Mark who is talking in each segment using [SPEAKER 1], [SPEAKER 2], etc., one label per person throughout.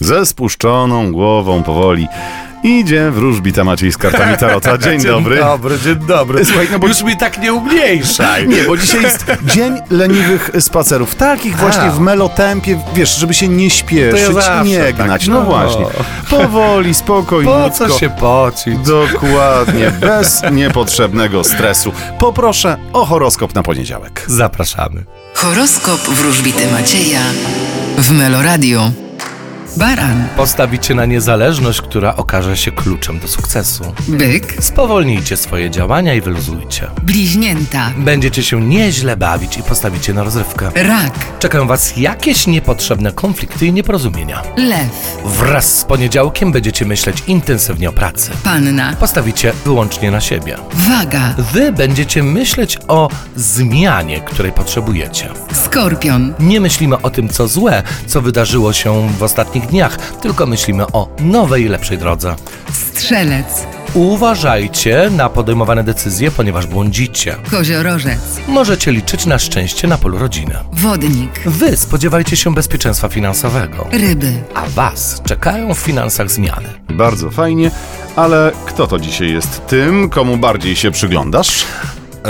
[SPEAKER 1] Ze spuszczoną głową powoli idzie wróżbita Maciej z kartami Tarota. Dzień dobry.
[SPEAKER 2] Dobry, dzień dobry.
[SPEAKER 1] Słuchaj, no bo-
[SPEAKER 2] Już mi tak nie umniejszaj.
[SPEAKER 1] Nie, bo dzisiaj jest dzień leniwych spacerów. Takich właśnie w melotempie, wiesz, żeby się nie
[SPEAKER 2] To
[SPEAKER 1] śpieszyć
[SPEAKER 2] ja
[SPEAKER 1] i
[SPEAKER 2] zawsze
[SPEAKER 1] nie
[SPEAKER 2] tak.
[SPEAKER 1] gnać. No
[SPEAKER 2] O.
[SPEAKER 1] właśnie. Powoli, spokojnie.
[SPEAKER 2] Po co się pocić?
[SPEAKER 1] Dokładnie, bez niepotrzebnego stresu. Poproszę o horoskop na poniedziałek.
[SPEAKER 2] Zapraszamy.
[SPEAKER 3] Horoskop wróżbity Macieja w Meloradio. Baran,
[SPEAKER 2] Postawicie na niezależność, która okaże się kluczem do sukcesu.
[SPEAKER 3] byk,
[SPEAKER 2] Spowolnijcie swoje działania i wyluzujcie.
[SPEAKER 3] bliźnięta,
[SPEAKER 2] Będziecie się nieźle bawić i postawicie na rozrywkę.
[SPEAKER 3] rak,
[SPEAKER 2] Czekają Was jakieś niepotrzebne konflikty i nieporozumienia.
[SPEAKER 3] lew,
[SPEAKER 2] Wraz z poniedziałkiem będziecie myśleć intensywnie o pracy.
[SPEAKER 3] panna,
[SPEAKER 2] Postawicie wyłącznie na siebie.
[SPEAKER 3] waga,
[SPEAKER 2] Wy będziecie myśleć o zmianie, której potrzebujecie.
[SPEAKER 3] skorpion,
[SPEAKER 2] Nie myślimy o tym, co złe, co wydarzyło się w ostatnich dniach, tylko myślimy o nowej, lepszej drodze.
[SPEAKER 3] strzelec,
[SPEAKER 2] Uważajcie na podejmowane decyzje, ponieważ błądzicie.
[SPEAKER 3] koziorożec,
[SPEAKER 2] Możecie liczyć na szczęście na polu rodziny.
[SPEAKER 3] wodnik,
[SPEAKER 2] Wy spodziewajcie się bezpieczeństwa finansowego,
[SPEAKER 3] ryby,
[SPEAKER 2] a Was czekają w finansach zmiany.
[SPEAKER 1] Bardzo fajnie, ale kto to dzisiaj jest tym, komu bardziej się przyglądasz?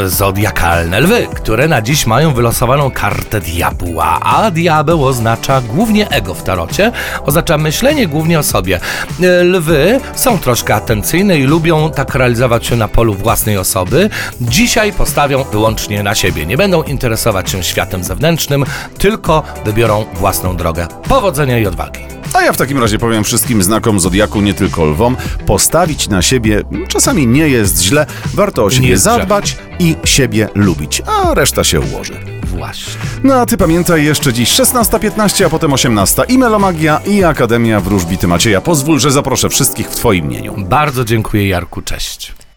[SPEAKER 2] Zodiakalne lwy, które na dziś mają wylosowaną kartę diabła, a diabeł oznacza głównie ego w tarocie, oznacza myślenie głównie o sobie. E, Lwy są troszkę atencyjne i lubią tak realizować się na polu własnej osoby. Dzisiaj postawią wyłącznie na siebie, nie będą interesować się światem zewnętrznym, tylko wybiorą własną drogę. Powodzenia i odwagi.
[SPEAKER 1] A ja w takim razie powiem wszystkim znakom Zodiaku, nie tylko lwom, postawić na siebie czasami nie jest źle, warto o siebie
[SPEAKER 2] jest grzech.
[SPEAKER 1] zadbać i siebie lubić, a reszta się ułoży.
[SPEAKER 2] Właśnie.
[SPEAKER 1] No a ty pamiętaj jeszcze dziś 16.15, a potem 18.00 i Melomagia i Akademia Wróżbity Macieja. Pozwól, że zaproszę wszystkich w twoim imieniu.
[SPEAKER 2] Bardzo dziękuję Jarku, cześć.